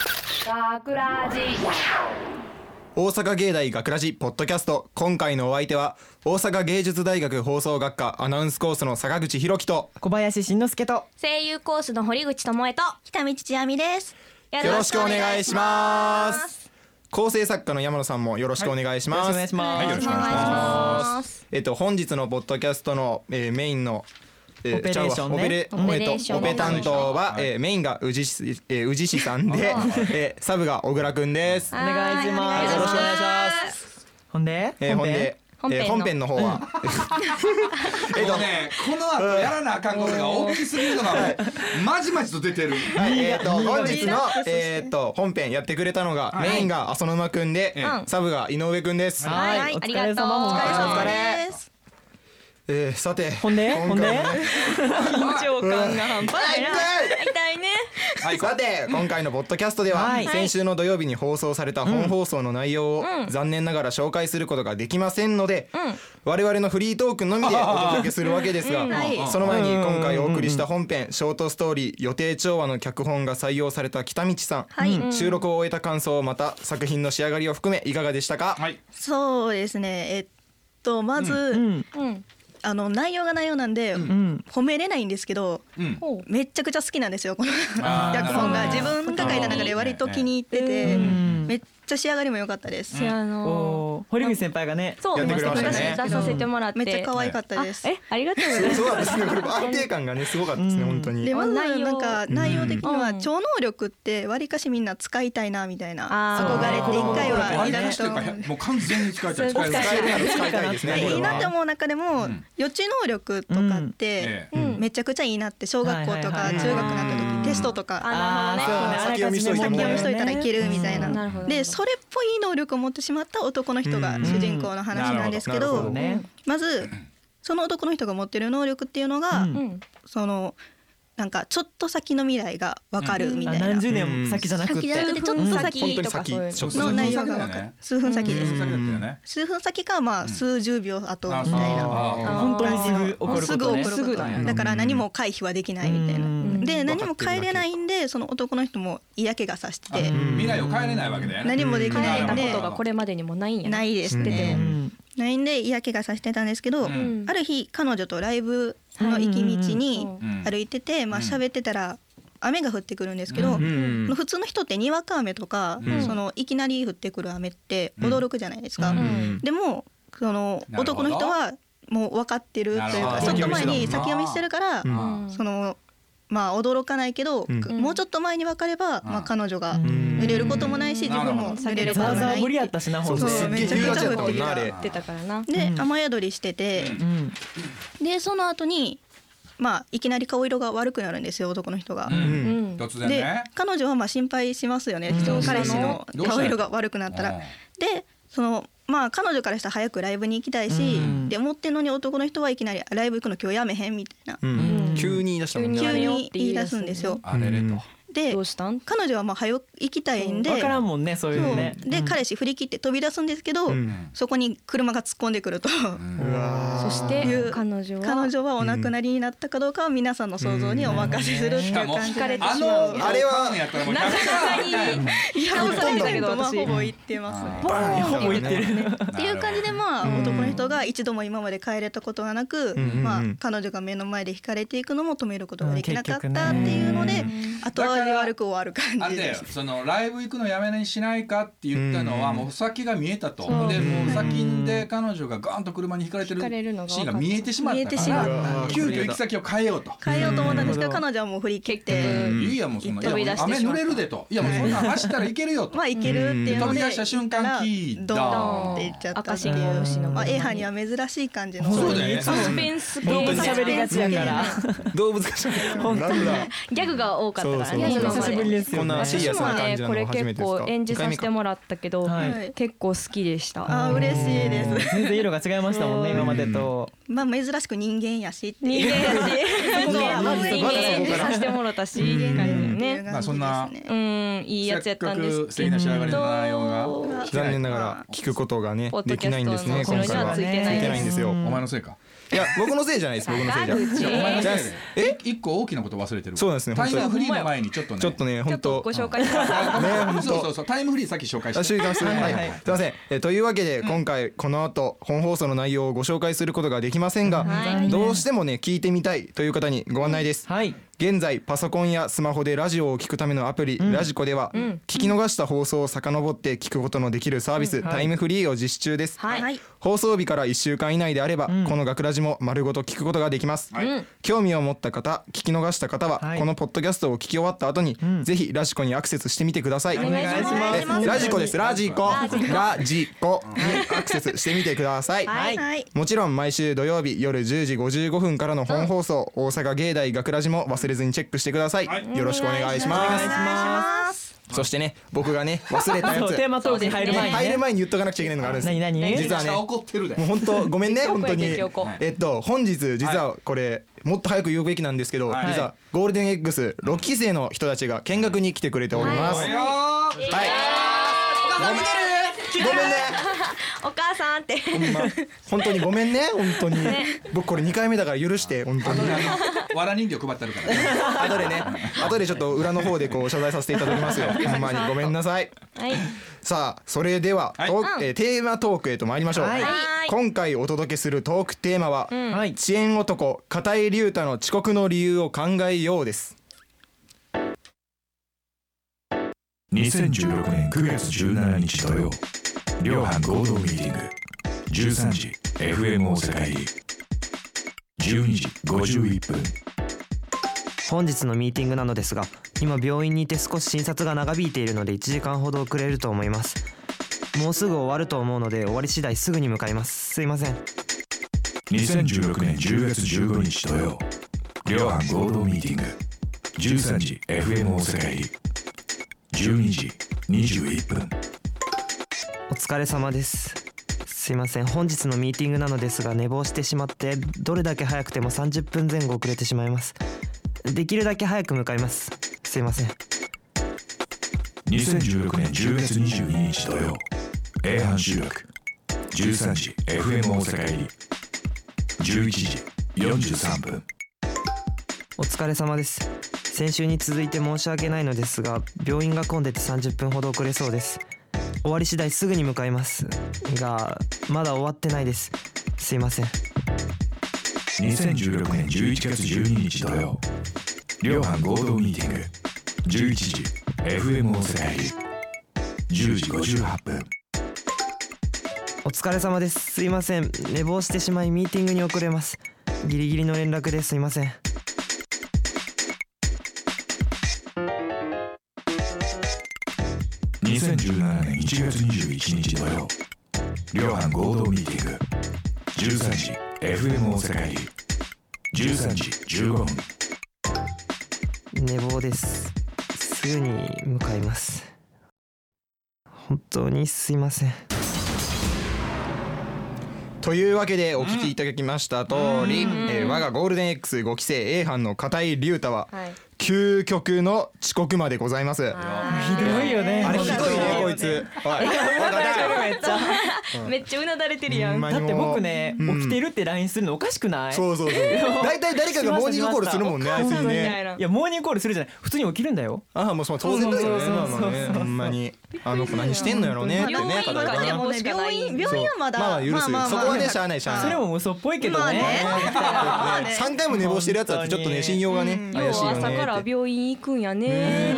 学ラジ大阪芸大学ラジポッドキャスト今回のお相手は大阪芸術大学放送学科アナウンスコースの坂口博樹と小林慎之介と声優コースの堀口智恵と北見千亜美です。よよろしくお願いします構成作家の山野さんもよろしくお願いします、しまはいよろしくお願いしますえっと本日のポッドキャストの、えーメインのえーオペレーションねちゃうわオペレオペレえーっシとョンオペ担当は、はいえーメインが宇治市えー宇治市さんで、えーサブが小倉くんです。お願いしますよろしくお願いしますほんで、えー、本本編でえー本本編編の方は、えっとね、この後やらなあかんことが大きすぎるのが、まじまじと出てる。はい、えっ、と本日のえっ、と本編やってくれたのが、メインが浅野沼くんで、うんサブが井上くんです。はい、はいお疲れ様ありがとうほんまにです。えー、さてほんで今回ほんでね 緊張感が半端ないな痛いねはい、さて今回のポッドキャストでは、はい先週の土曜日に放送された本放送の内容を、残念ながら紹介することができませんので、我々のフリートークのみでお届けするわけですが、いその前に今回お送りした本編「ショートストーリー予定調和」の脚本が採用された北道さん、収録を終えた感想をまた作品の仕上がりを含めいかがでしたか、はい。そうですね。えっとまず、うんうんあの内容が内容なんで、うん褒めれないんですけど、うん。ほうめっちゃくちゃ好きなんですよ。このあー脚本がな自るほど分が書いた中で割と気に入ってうて、んめっちゃ仕上がりも良かったです。せあのおー堀口先輩がねそうやってくれましたね私出させてもらってめっちゃ可愛かったですあ。えありがとうございますそうなんですねこれ安定感がねすごかったですね、本当にでまず内容なんか内容的にうはん超能力ってわりかしみんな使いたいなみたいなあー憧れて一回はいら割なりいしとてるか思うらもう完全に使えちゃう。そう使え使えちるなゃうら使いたいですねでこれいいなっては思う中でも、ん予知能力とかってえ、えうんめちゃくちゃいいなって小学校とはかいはいはい中学になった時テストとかあなるほどねあーそうね先読みしといたあらかじめ先も読うみしといたらいけるみたいなうんなるほどでそれっぽい能力を持ってしまった男の人がうん主人公の話なんですけなるど,、ほどねまずその男の人が持ってる能力っていうのが、ううんんそのなんかちょっと先の未来が分かるみあたいな、何十年先じゃなく先てじゃなくてちょっと本当先にとか先そういうちょっとの先内容が分かる数分先です。だよね。数分先かまあ数十秒後みあーたいな。あ本当にすぐ起こることねすぐ起こることうんだから何も回避はできないみたいな、うんで何も変えれないんでその男の人も嫌気がさしてて、ー未来を変えれないわけだよね。何もでき考ないえんたでことがこれまでにもないんやないです知っててうもんないんで嫌気がさしてたんですけど、うんある日彼女とライブの行き道にうんうん歩いてて、まあうん喋ってたら雨が降ってくるんですけど、ううん普通の人ってにわか雨とか、うんそのいきなり降ってくる雨って驚くじゃないですか。うんうんでもそのなるほど男の人はもう分かってるというなかるほちどょっと前に先先読みしてるから、うんうんそのまあ驚かないけど、うんもうちょっと前に分かれば、まあ、彼女がん濡れることもないしうん自分なるもほ濡れるこざとわざもなわいぶりやったしなそほうとそうそうすっげえめちゃ夕くちゃ立やったもんなあ言れってたからなで雨宿りしてて、うんでその後にまあいきなり顔色が悪くなるんですよ男の人が。うんうん突然でね。彼女はまあ心配しますよね、うんその彼氏のどうしたの顔色が悪くなったら。でそのまあ彼女からしたら早くライブに行きたいし、うんで思ってんのに男の人はいきなり「ライブ行くの今日やめへん」みたいなうんうん急に言い出したもんねや急めようにって言言いい出出すすんんですだよよ。あれれと。でどうしたん彼女はまあ早く行きたいんでわからんもんねそういうのねそうで彼氏振り切って飛び出すんですけど、うんそこに車が突っ込んでくると。うわそしていう彼女は彼女はお亡くなりになったかどうかは皆さんの想像にお任せするっていしうか感もじれてあしまうのあれはやったらもう100いやほとんどだけどまあ私ほぼ行ってますね。あバーンほぼ言ってるっていう感じでまあうん男の人が一度も今まで帰れたことがなく、んうんうんまあ、彼女が目の前で惹かれていくのも止めることができなかったっていうのうでん後味悪く終わるあ感れじだでよす。そのライブ行くのやめにしないかって言ったのうはんもう先が見えたとそうでもう先で彼女がガーンと車にひかれてるひシかれるのがーンが見えてしまった見えてかしまっうたらわー急遽行き先を変えようと。変えようと思ったんですけどうん彼女はもう振り切っ結て局いやもうそんないや飛びもう出して雨し濡まったれるでといやもうそんなん走ったらいけるよとまあいけるっていうの飛びで出した瞬間キードーンだって言っちゃった赤ってい信号無視う、のまあ、A 班には珍しい感じのそうだよねサスペンス系動物喋りがちやから動物が喋ってるなんだギャグが多かったからねそうそうそ久う今ましぶりですよねこんなシリ私アスもな感ねじなこのれ初めてで結す構か演じさせてもらったけどはい結構好きでしたあー嬉しいですうん全然色が違いましたもんね今までとまあ珍しく人間やしって人いう間やし人間演じさせてもらったしいい感じよいうね感じですまあそんね。うんいいやつやったんですせっかく素敵な仕上がりの内容がうん残念ながら聞くことがねポッでドきキないんでャすストのね後今ろに回ははついついててないないんでですすよお前のせいかいや僕のせいじゃないです僕のせいじゃない口お前のせいやねえ一個大きなこと忘れてるそうなんですねタイムフリーの前にちょっとねちょっとねちょ本っと当ご紹介します。あね本当そうそうそうタイムフリーさっき紹介しあた終了するはい、はいすいません、えーというわけで今回この後本放送の内容をご紹介することができませんが、はいどうしてもね聞いてみたいという方にご案内です、はい現在パソコンやスマホでラジオを聞くためのアプリ、ラジコでは、聞き逃した放送を遡って聞くことのできるサービス、はいタイムフリーを実施中です、はいはい放送日から1週間以内であれば、この学ラジも丸ごと聞くことができます、興味を持った方聞き逃した方は、はいこのポッドキャストを聞き終わった後に、ぜひラジコにアクセスしてみてくださいお願いしお願いしまえラジコですラジコラジコにアクセスしてみてください、はいはいもちろん毎週土曜日夜10時55分からの本放送、大阪芸大学ラジも忘れずにチェックしてください、はいよろしくお願いしお願まいしすますそしてね僕がね忘れたやそつうテーマトークに入る前にね入る前に言っとかなくちゃいけないのがあるんです何何実はめっちねゃも怒ってるでう本当ごめんね激お本こ当やに激おこえっと本日実はこれもっと早く言うべきなんですけどはい実はゴールデン X6 期生の人たちが見学に来てくれておりますおはいよーごめんねお母さんって。ほんま本当にごめんね本当に僕これ2回目だから許して本当にあのわら人形配ってあるからね後でね後でちょっと裏の方でこう謝罪させていただきますよほんまにごめんなさいはい。さあそれでは、はいトークえーテーマトークへと参りましょう、はいはい今回お届けするトークテーマは、はい遅延男片井龍太の遅刻の理由を考えようです2016年9月17日土曜両班合同ミーティング13時 FM 大阪入り12時51分本日のミーティングなのですが今病院にいて少し診察が長引いているので1時間ほど遅れると思いますもうすぐ終わると思うので終わり次第すぐに向かいますすいません2016年10月15日土曜両班合同ミーティング13時 FM 大阪入り12時21分お疲れ様ですすいません本日のミーティングなのですが寝坊してしまってどれだけ早くても30分前後遅れてしまいますできるだけ早く向かいますすいません2016年10月22日土曜 A 班収録13時 FM 大阪入り11時43分お疲れ様です先週に続いて申し訳ないのですが病院が混んでて30分ほど遅れそうです終わり次第すぐに向かいますがまだ終わってないですすいません2016年11月12日土曜両班合同ミーティング11時 FM 大阪入り10時58分お疲れ様ですすいません寝坊してしまいミーティングに遅れますギリギリの連絡ですいません2017年1月21日土曜両班合同ミーティング13時 FM 大阪入り13時15分寝坊ですすぐに向かいます本当にすいませんというわけでお聞きいただきました通り、えー我がゴールデン X5 期生 A 班の片井龍太ははい。究極の遅刻までございます、ひどいよねあれひどいねこいつおいめっちゃめっちゃうなだれてるやほんん。まはにだってもう僕ねうん起きてるって LINE するのおかしくない。そうそうそう大体誰かがモーニングコールするもんねあいつにみねたいないやモーニングコールするじゃない普通に起きるんだよああもうそう当然だよねそうそうそうそうまあまあねほんまにあの子何してんのやろうねって病ね院片井は君でなもね病院病院はまだまあまあ許すよそこはねしゃあないしゃあないそれも嘘っぽいけどまあねねまあね3回も寝坊してるやつだってちょっとね信用がね今怪しい日よ朝 ねから病院行くんやね。っ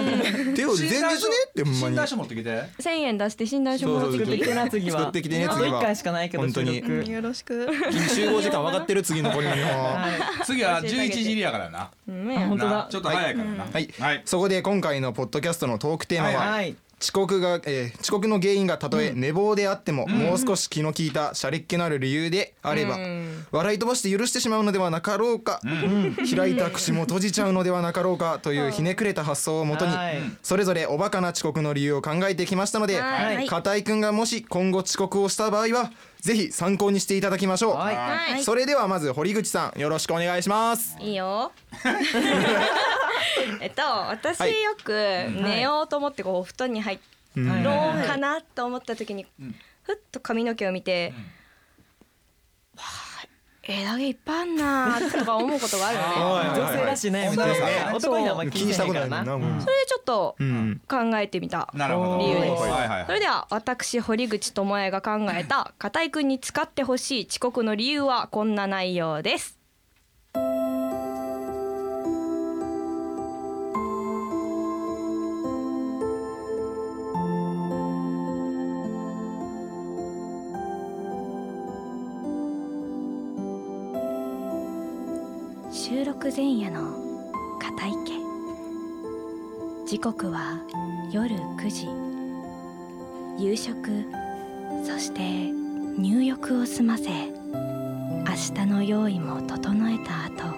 て手を前日ねってほんま診に断書持ってきて千円出して診断書もらって作ってききててな次は作ってきてねあと次は一回しかないけど本当に収録よろしく集合時間分かってる次残りの日本次は11時入りやからなうんね本当だなちょっと早いからなはい、はいそこで今回のポッドキャストのトークテーマは、はい遅刻が、えー遅刻の原因がたとえ寝坊であっても、もう少し気の利いたシャレっ気のある理由であれば、笑い飛ばして許してしまうのではなかろうか、開いた口も閉じちゃうのではなかろうかというひねくれた発想をもとに、はいそれぞれおバカな遅刻の理由を考えてきましたので、はい片井くんがもし今後遅刻をした場合はぜひ参考にしていただきましょう、はいはい。それではまず堀口さんよろしくお願いしますい いよ。えっと私はいよく寝ようと思ってこうお布団に入ろはういはいかなと思った時にふっと髪の毛を見て、わあ枝毛いっぱいあんなーとか思うことがあるよねはいはい女性だしね女性だね男にはあんまり気気ににししなたいこかとならいもんなな うんそれでちょっとうん考えてみたなるほど理由ですはいはいそれでは私堀口智恵が考えた片井くんに使ってほしい遅刻の理由はこんな内容です収録前夜の片井家時刻は夜9時夕食そして入浴を済ませ明日の用意も整えた後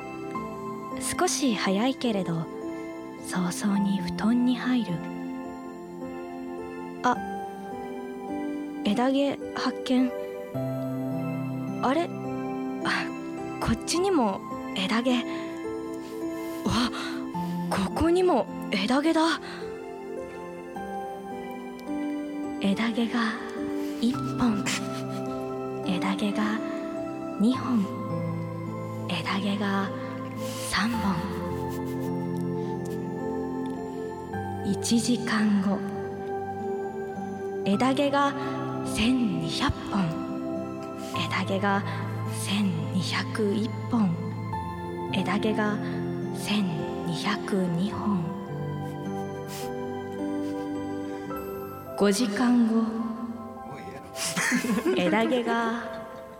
少し早いけれど早々に布団に入るあ枝毛発見あれ あこっちにも枝毛わここにも枝毛だ枝毛が1本枝毛が2本枝毛が3本1時間後枝毛が1200本枝毛が1201本枝毛が1202本5時間後枝毛が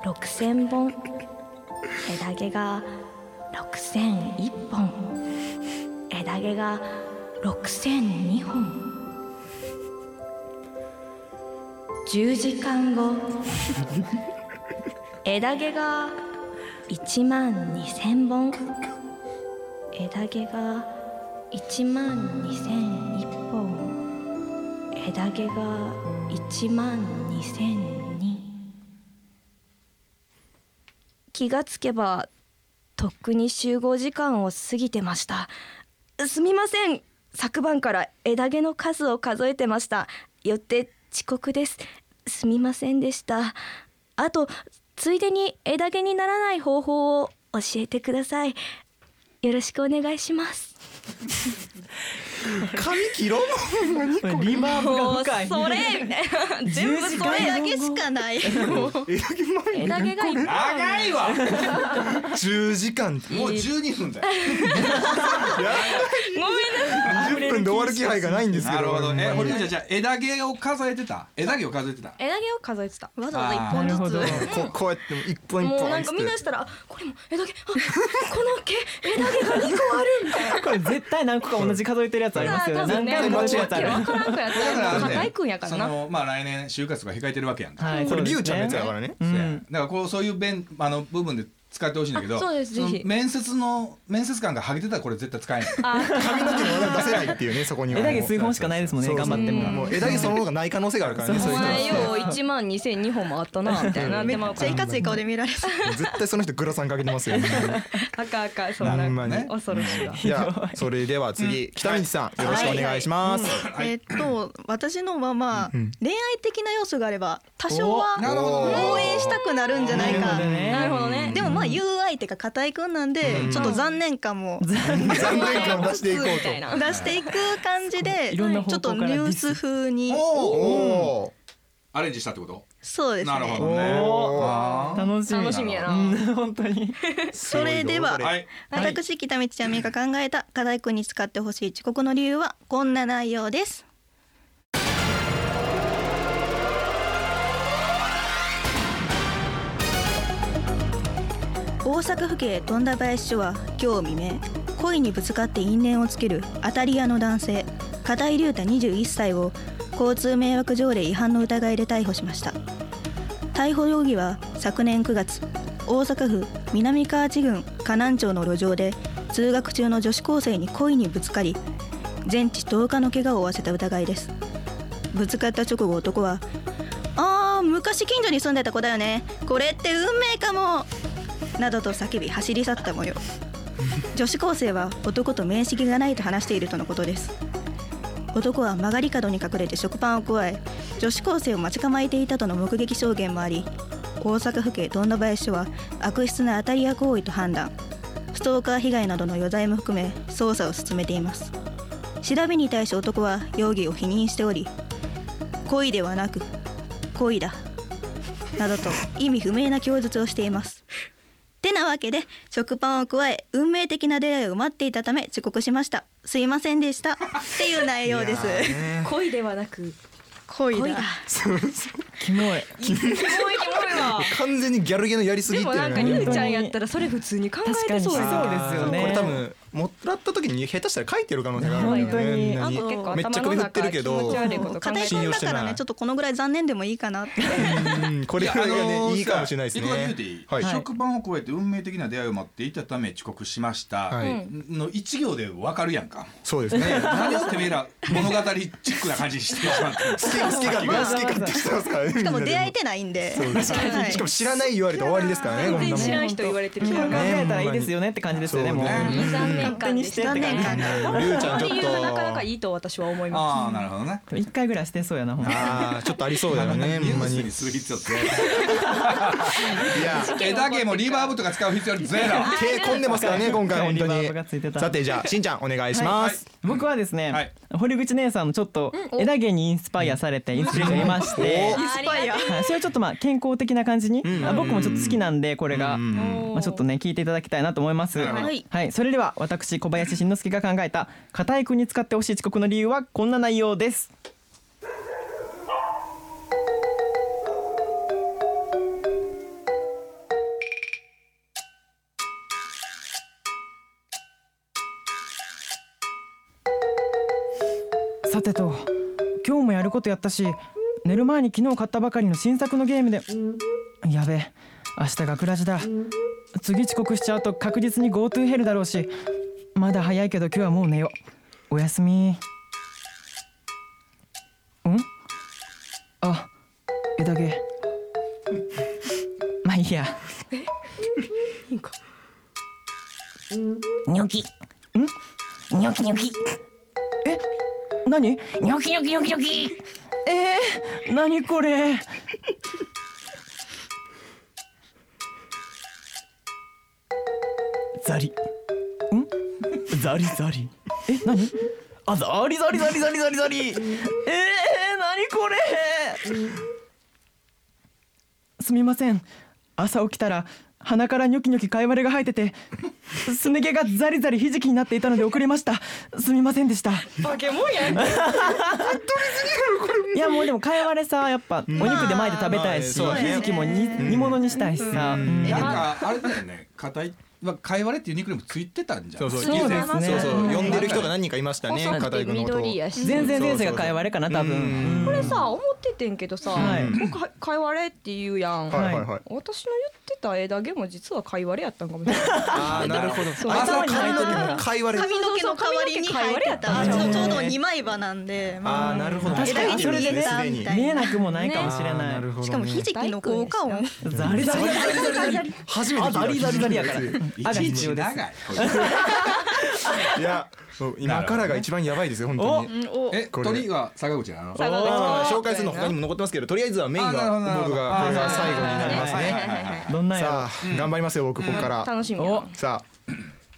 6000本枝毛が6001本枝毛が6002本10時間後枝毛が1万2000本枝毛が1万2001本枝毛が1万2002気がつけばとっくに集合時間を過ぎてましたすみません昨晩から枝毛の数を数えてましたよって遅刻ですすみませんでしたあとついでに枝毛にならない方法を教えてくださいよろしくお願いします髪切ろ うリバーブが深いそれみたいな全部それだけしかない枝毛がいっぱい長いわ 10時間ってもう12分だよごめんなさい10分で終わる気配がないんですけどなるほどね俺堀口ちゃん枝毛を数えてた枝毛を数えてた枝毛を数えてたわざわざ一本なるほどずつここうやっても一本一も本うなんかみんなつしってたらあこれも枝毛あこの毛枝毛が2個あるみたいなこれ絶対何個か同じ数えてるやつありますよね何回もわ数えてるやつあるからんくやっこれだたかららあれだ片井よくんやからそなのまあ来年就活が控えてるわけやんか、はいこれリュウちゃんのやつそうだですねからねそうやうんだからこうそういう弁あの部分で使ってほしいんだけどあそうですのぜひ面接の面接官がハゲてたらこれ絶 対使えないあ髪の毛も出せないっていうねそこには枝毛数本しかないですもんねそうそう頑張ってももう枝毛そのものがない可能性があるからねそおそういう人は前よう1万2002本もあったなみたいなでもめっちゃいかつい顔で見られた絶対その人グラサンかけてますよね 赤赤そほんんなまに恐ろしいわじゃあそれでは次北道さんよろしくお願いしますえっと私のはまあん恋愛的な要素があれば多少おなるほどは応援したくなるんじゃないかなるほどねでもまあ言う相手が固いくんなんでちょっと残念感も 残念感を出していこうみたいな出していく感じでいちろんなょ方向っとニからディスュース風おにとおおーアレンジしたってことそうですなるほどねねおあー楽しみ楽しみや なうん本当 に それでははい私北道ちゃみが考えた課題君に使ってほしい遅刻の理由はこんな内容です大阪府警富田林署は今日未明恋にぶつかって因縁をつける当たり屋の男性片井龍太21歳を交通迷惑条例違反の疑いで逮捕しました逮捕容疑は昨年9月大阪府南河内郡河南町の路上で通学中の女子高生に故意にぶつかり全治10日の怪我を負わせた疑いですぶつかった直後男は「ああ昔近所に住んでた子だよねこれって運命かも!」などと叫び走り去った模様女子高生は男と面識がないと話しているとのことです男は曲がり角に隠れて食パンを加え女子高生を待ち構えていたとの目撃証言もあり大阪府警富田林署は悪質な当たり屋行為と判断ストーカー被害などの余罪も含め捜査を進めています調べに対し男は容疑を否認しており故意ではなく故意だなどと意味不明な供述をしていますてなわけで食パンを加え運命的な出会いを待っていたため遅刻しましたすいませんでしたっていう内容です恋ではなく恋だ恋だキモい完全にギャルゲーのやりすぎでってもるなんかねゆうちゃんやったらそれ普通に考えてそう確かにそうですよねこれ多分もらった時に下手したら書いてる可能性がある本んだ当よねにあと結構めっちゃ頭首の振ってる中け気ど持ち悪いこと考片え井て君信用だしてかないらねちょっとこのぐらい残念でもいいかなってうんこれやがね、あのーいいかもしれないですさあ一個だけ言うねていいはい、食パンを超えて運命的な出会いを待っていたため遅刻しました、はいの一行でわかるやんかそうですね 何をてめえら物語チックな感じにしてしまった好き好き勝手好き勝手してますからねしかもみんなで出会えてないんでそうですはねいしかも知らない言われて終わりですからねこんな全もん然知らん人言われてる考からねえたらいいですよねって感じですよねそうもうねうん23年勝手間にでししててってた感ねじりゅうちゃんちょっ理由がなかなかといいと私は思いまああなるほどね一回ぐらいしてそうやなほんまあーちょっとありそうだよね ニほんュまースににする必要って いやえだけもリバーブとか使う必要ゼロ手込んでますから ね今回本当リバーブがついてにたさてじゃあしんちゃんお願いします僕はですね、はい堀口姉さんのちょっとお枝毛にインスパイアされてインスピレーションを得ましておすありがとうはい それをちょっとまあ健康的な感じに、んあ僕もちょっと好きなんでこれが、うんまあ、ちょっとね聞いていただきたいなと思います。なるほどはいはい、それでは私小林慎之介が考えた片井君に使ってほしい遅刻の理由はこんな内容です。さてと今日もやることやったし寝る前に昨日買ったばかりの新作のゲームでやべえ明日がクラジだ次遅刻しちゃうと確実に GoTo ヘルだろうしまだ早いけど今日はもう寝ようおやすみんあ枝毛まあいいやニョキ。んニョキニョキ。え何ニョキニョキニョキニョキ。えー、何これザリんザリザリえ何あザリザリザリザリザリザリえー、何これすみません朝起きたら鼻からニョキニョキ貝割れが生えててすね毛がザリザリひじきになっていたので遅れましたすみませんでしたバケモンやんいやもうでも貝割れさやっぱお肉で巻いて食べたいし、まあまあそうだねひじきもに煮物にしたいしさ、うんなんかあれだよね硬いは会話れっていうニックネームついてたんじゃんそうそうそうですねそうそううん呼んでる人が何人かいましたね細く片て井君のことを緑やし全然前世が貝割れかな多分、うんこれさ思っててんけどさはい僕はかいわれって言うやんはいはいはい私の言ってた枝毛も実はかいわれやったんかもしれないあーなるほどう朝髪の毛も貝割れ髪の毛の代わりに生えてたあうちそうそうのちょうど二枚刃なんで、あーなるほど確かにそれでねすでにはい見えなくもないかもしれあーない、るほどねしかもひじきの効果音ザリザリザリ初めてあ聞いたザリザリザリやからいあがちい必ち要で長すいいやそう今からが一番やばいですよ本当にえ鳥は坂口なの佐賀口あー紹介するの他にも残ってますけどとりあえずはメインあーなるほどなが僕がこるほどれが最後になりますはいはいねはいはいどんなんやろさあ頑張りますよ僕ここから楽しみやおなさあ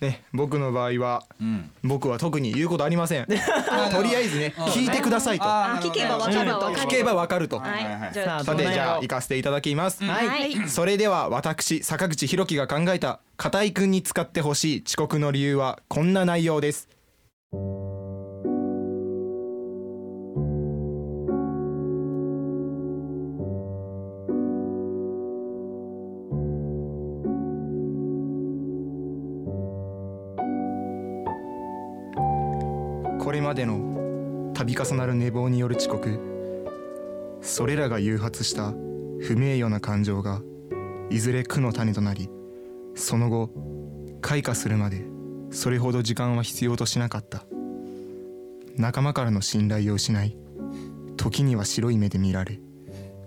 ね僕の場合はうん僕は特に言うことありませんとりあえずね聞いてくださいとあー聞けばわかると聞けばわかるとはいはいははいいじゃあさてどんじゃあなんやろ行かせていただきますはい、それでは私坂口博樹が考えた片井くんに使ってほしい遅刻の理由はこんな内容ですこれまでの度重なる寝坊による遅刻それらが誘発した不名誉な感情がいずれ苦の種となりその後開花するまでそれほど時間は必要としなかった仲間からの信頼を失い時には白い目で見られ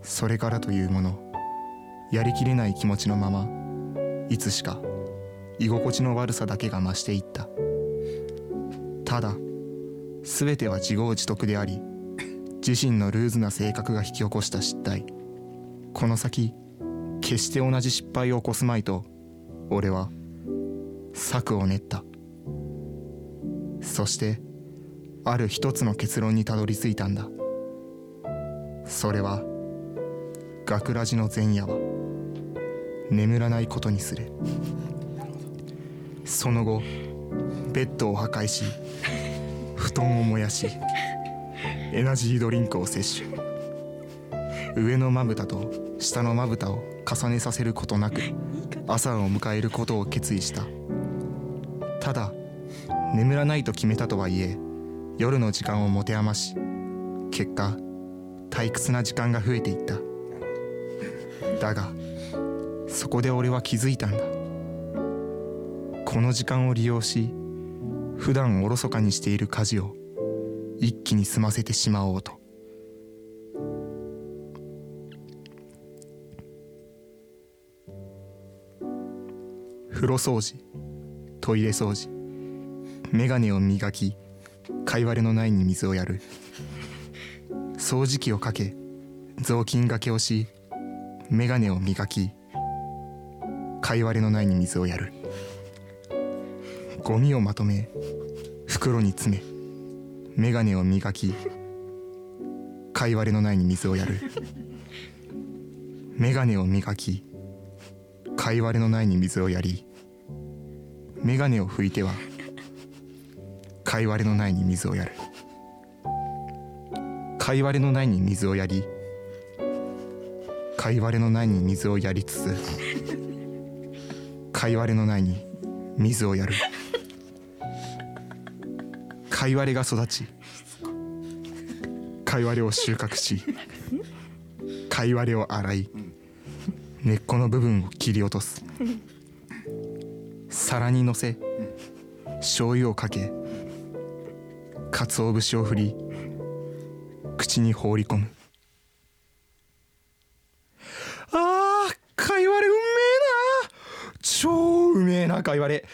それからというものやりきれない気持ちのままいつしか居心地の悪さだけが増していったただ全ては自業自得であり自身のルーズな性格が引き起こした失態この先決して同じ失敗を起こすまいと俺は策を練ったそしてある一つの結論にたどり着いたんだそれは学ラジの前夜は眠らないことにするその後ベッドを破壊し布団を燃やしエナジードリンクを摂取上のまぶたと下のまぶたを重ねさせることなく朝を迎えることを決意したただ眠らないと決めたとはいえ夜の時間を持て余し結果退屈な時間が増えていっただがそこで俺は気づいたんだこの時間を利用し普段おろそかにしている家事を一気に済ませてしまおうと風呂掃除トイレ掃除眼鏡を磨き貝割れのないに水をやる掃除機をかけ雑巾がけをし眼鏡を磨き貝割れのないに水をやるゴミをまとめ袋に詰め眼鏡を磨き貝割れのないに水をやる眼鏡を磨き貝割れのないに水をやり眼鏡を拭いては貝割れのないに水をやる貝割れのないに水をやり貝割れのないに水をやりつつ貝割れのないに水をやる貝割れが育ち貝割れを収穫し貝割れを洗い根っこの部分を切り落とす皿にのせ醤油をかけ鰹節を振り口に放り込むあー貝割れうめえな超うめえな貝割れ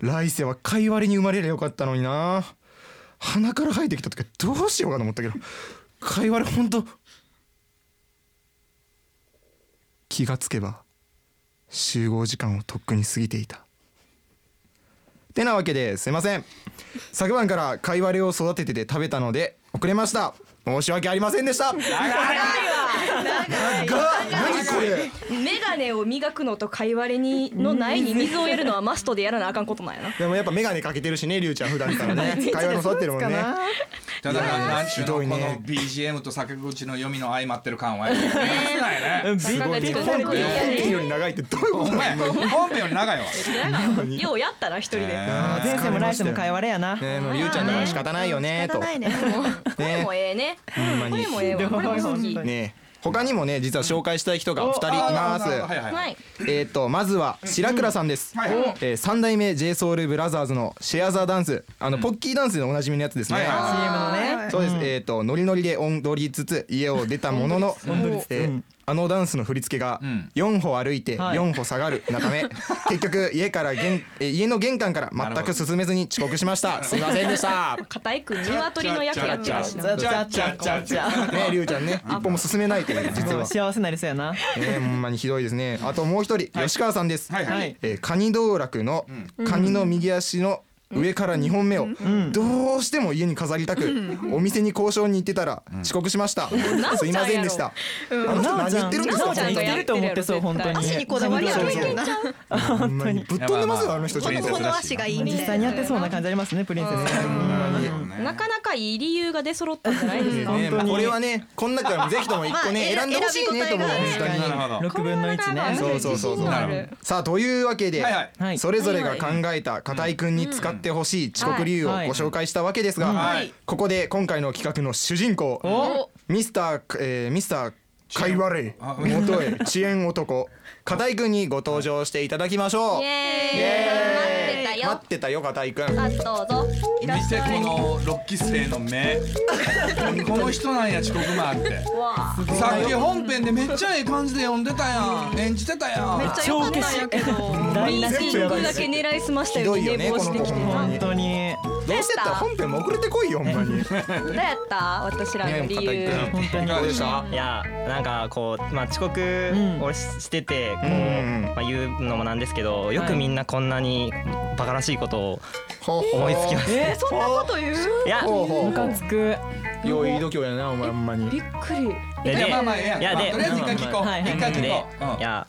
来世は貝割れに生まれりゃよかったのにな鼻から生えてきた時はどうしようかと思ったけど貝割れほんと気がつけば集合時間をとっくに過ぎていたてなわけですいません昨晩から貝割れを育ててて食べたので遅れました申し訳ありませんでした何これメガネを磨くのと貝割れにのないに水をやるのはマストでやらなあかんことなんや な。でもやっぱ眼鏡かけてるしねりゅうちゃん普段からね会話の育ってるもんねただ何週のこひどいのね BGM と酒口の読みの相まってる感はやっぱり許せないねなんか自本分で編より長いってどういうこほとんまなやの本編より長いわようやったな一人で。あー前世も来世も会話れやなねもうりゅうちゃんだから仕方ないよね仕と方ないねこれもええね。まにこれもええわ。これも好き。ね他にもね実は紹介したい人が2人いまあーはすいはいはい。えー、とまずは白倉さんです、はいはいえー、3代目 j s o u l b r o t h e r s のシェアザーダンスあのポッキーダンスでおなじみのやつですね、はいは CM のねそうです、えっ、とノリノリで踊りつつ家を出たもの の、えーあのダンスの振り付けがうん4歩歩いてはい4歩下がるなため、 結局家からげん、えー家の玄関から全く進めずに遅刻しましたすいませんでした片井くん鶏の役やってるしな。ちゃっちゃっちゃっちゃねりゅうちゃんね一歩も進めないという実もうは幸せなりそうやなねほんまにひどいですねあともう一人、吉川さんです、はいははいいえーカニ道楽のカニの右足の上から2本目をどうしても家に飾りたくお店に交渉に行ってたら遅刻しましたなおすいちゃまんせんやでろしたうんあの人なお何ちゃん言ってるんですなかおちゃんがやってるやろ言ってると思ってそう本絶対当足にこだわりあるけんちゃうほんまにぶっ飛んでますよあの人ちたょっちとこの足がいいみ実た際いにやなってそうな感じありますねプリンセスねなかなかいい理由が出揃ったんじゃないですか。ねまあこれはねこの中からもぜひとも一個まあねえ選んでほしいねと思う本当になるほど6分の1ねそうそうそうそうなるさあというわけで、はいはいはいそれぞれが考えた片井くんに使ってほしい遅刻理由をご紹介したわけですが、はいここで今回の企画の主人公ミスター、えー、ミスターかいわれあ元へ遅延男片井くんにご登場していただきましょうイイエーエイ。待ってたーイよ待。ってたよ片井くんさあどうぞ。いら見っしてゃこい。の6期生の目この人なんや遅刻も あってわあさっき本編でめっちゃええ感じで読んでたやん演じてたやんよかったんやけど。台無ミーしティングだけ狙いすましたひよどいよね寝坊してきてこの子ほんまなに本当にどうせやったら本編も遅れてこいよほんまに。どうやった私らの理由ね本当いにかがでしたいやなんかこう、まあ、遅刻うんをししててこう、うんまあ、言うのもなんですけどよくみんなこんなにバカらしいことを思思いつきました、えそんなこと言ういやほうほムうカつくよういい度胸やなお前ほんまにびっくりでいでやまあまあええやんいやまあでとりあえず一回聞こうはいはい一回で、聞こううんいや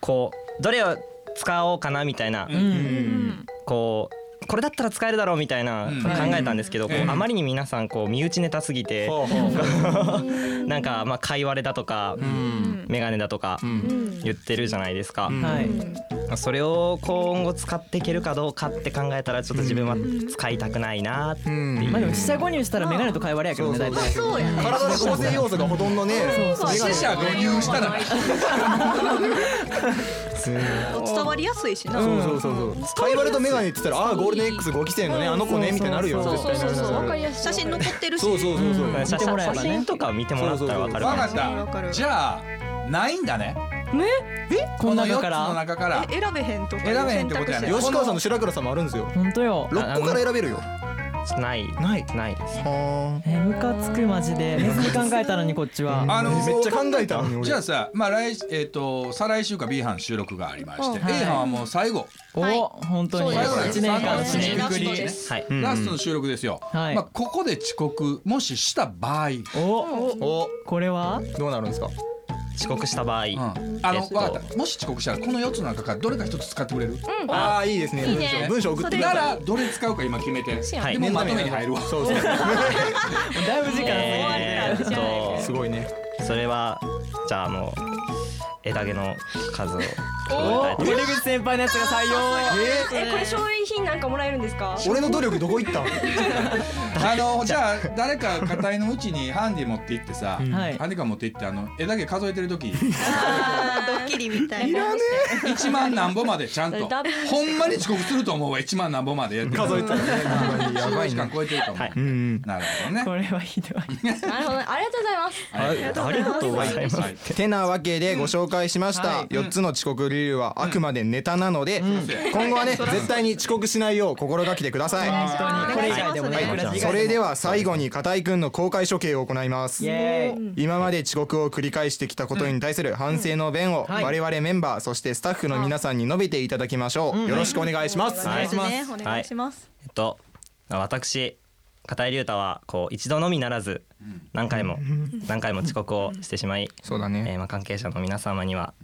こうどれを使おうかなみたいな、うんうんこうこれだったら使えるだろうみたいな、うん考えたんですけど、こううんあまりに皆さんこう身内ネタすぎて、ほうほ うなんかまあ会話れだとか、うんメガネだとかうん言ってるじゃないですか、うんはいそれを今後使っていけるかどうかって考えたらちょっと自分は使いたくないなってうんまあでも四捨五入したらメガネと会話あれやけどね大体そうやね体の構成要素がほとんどね死者誤入したら伝わりやすいしな、そうそうそうそうカイワレとメガネって言ったらああーゴールデン X ご期生のねあの子ねみたいになるよそう絶そう対そうそうわなかるりやすい写真残ってるしそうそうそうそううん写見てもらえば写ね真とか見てもらったらわかる分かかなわかったるじゃあないんだねここのの中4つかのら中からえ選べへんとかいう選べへんってことやね選択肢吉川さんの白倉さんもあるんですよ本当よ六個から選べるよないないないですはえムカつくマジで別に考えたのにこっちはあのーめっちゃ考えたのに俺じゃあさまあ来えっと再来週か B 班収録がありましてうんはい A 班はもう最後おはい本当にそうです一年間の最締後めくのくラストりですはいんラストの収録ですよはいまあここで遅刻もしした場合おおこれはどうなるんですか遅刻した場合、うんあのえっと分かったもし遅刻したらこの4つの中からどれか1つ使ってくれるああいいですねいいね文章文章送ってくだなさらどれ使うか今決めてはいでもまとめに入るわ そうそだういぶ時間えーっすごいねとそれはじゃあもう枝毛の数を揃えたいと思います森口先輩のやつが採用ええこれ賞品なんかもらえるんですかー俺の努力どこ行ったん あのじゃあ誰か片いのうちにハンディ持って行ってさハンはいディカ持って行ってあの枝毛数えてる時あードッキリみたいな 1万何ぼまでちゃんとダブルほんまに遅刻すると思うわ1万何ぼまでやって数えたらねやばい時間超えてると思はいうう。んなるほどねこ。れはひどいなるほどねありがとうございますありがとうありがとうございますてなわけでご紹介しました4つの遅刻理由はあくまでネタなので今後はね絶対に遅刻しないよう心がけてください本当にこれ以外でもねはいそれでは最後に片井くんの公開処刑を行いますイエーイ今まで遅刻を繰り返してきたことに対する反省の弁をはい我々メンバーそしてスタッフの皆さんに述べていただきましょうよろしくお願いしますはいですねお願いします、えっと私片井龍太はこう一度のみならず何回も何回も遅刻をしてしまい、そうだえーねまあ関係者の皆様には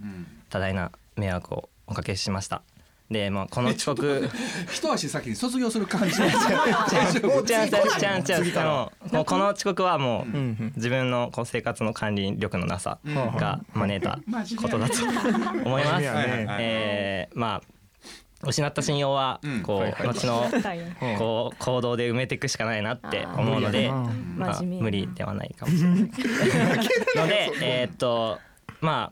多大な迷惑をおかけしました。で、まあこの遅刻、一足先に卒業する 感じ。 じゃあじゃあじゃあじゃああのもうこの遅刻はもううん自分のこう生活の管理力のなさが招 いたことだと思いま真面目すやね。えーまあ失った信用はうんこはいはいう後のうんこう行動で埋めていくしかないなって思うのであー無理やな、まあ、真面目やな無理ではないかもしれない。のでえーっとまあ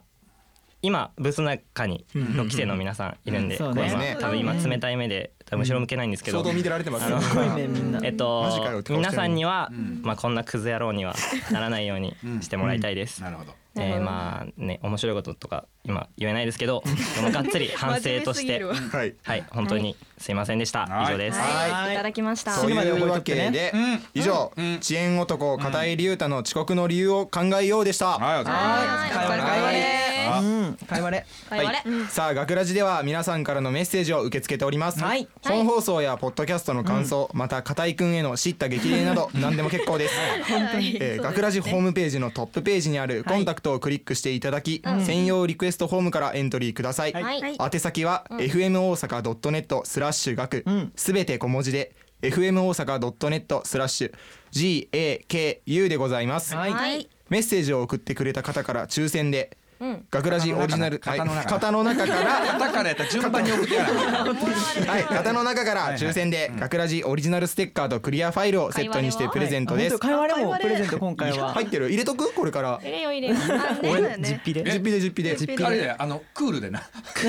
今ブースの中に6期生の皆さんいるんで、うんうんこれそう今ね多分今冷たい目で多分後ろ向けないんですけ相ど、当見てられてますあのすごいねみんなえっマジかよとって顔してる皆さんには、んまあ、こんなクズ野郎にはならないようにしてもらいたいです。なるほど。えーまあね面白いこととか今言えないですけどでもがっつり反省としてはいはい本当にすいませんでした、はい以上です、はいいただきましたというわけでうん以上遅延男片井龍太の遅刻の理由を考えようでしたはい、お疲れ様です会話れ会話れうん会話れ我々さあ学ラジでは皆さんからのメッセージを受け付けております、はい本放送やポッドキャストの感想、また片井くんへの叱咤激励 など何でも結構です本当に、えー、学ラジホームページのトップページにあるコンタクトをクリックしていただき、専用リクエストフォームからエントリーください、はい宛先は fm 大阪 .net スラッシュ学んすべて小文字で fm 大阪 .net スラッシュ GAKU でございます、はいはいメッセージを送ってくれた方から抽選で、ん学ラジオリジナル型の中はい型の中からだからやったら順番に送ってから。はい、型の中から抽選で学ラジオリジナルステッカーとクリアファイルをセットにしてプレゼントです。会話れもプレゼント今回は入ってる入れとくこれから。入れよ入れよあそうだよねピで実費で実費で。あれで、あのクールでな。だ入れて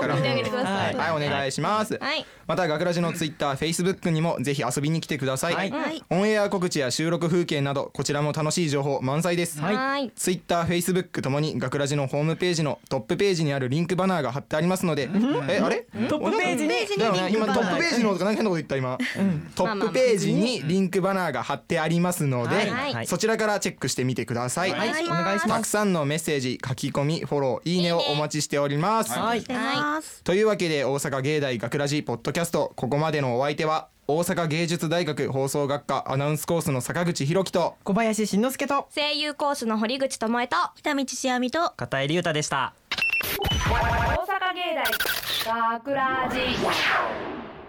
から送ってあげてくださいはいお願いします。はいまた学ラジのツイッター、フェイスブックにもぜひ遊びに来てください。はいオンエア告知や収録風景などこちらも楽しい情報満載です。はいツイッター、フェイスブッ Facebook ともに学ラジのホームページのトップページにあるリンクバナーが貼ってありますので、えあれ？トップページにだよね今バトナーップページのとか何かのこと言った今、トップページにリンクバナーが貼ってありますので、いはいそちらからチェックしてみてください、はいお願いしますたくさんのメッセージ書き込みフォローいいねをお待ちしております、はい出ます。というわけで大阪芸大学ラジポッドキャストここまでのお相手は大阪芸術大学放送学科アナウンスコースの坂口博樹と小林慎之介と 声優コースの堀口智恵と北道しあみと片井隆太でした大阪芸大学ラジ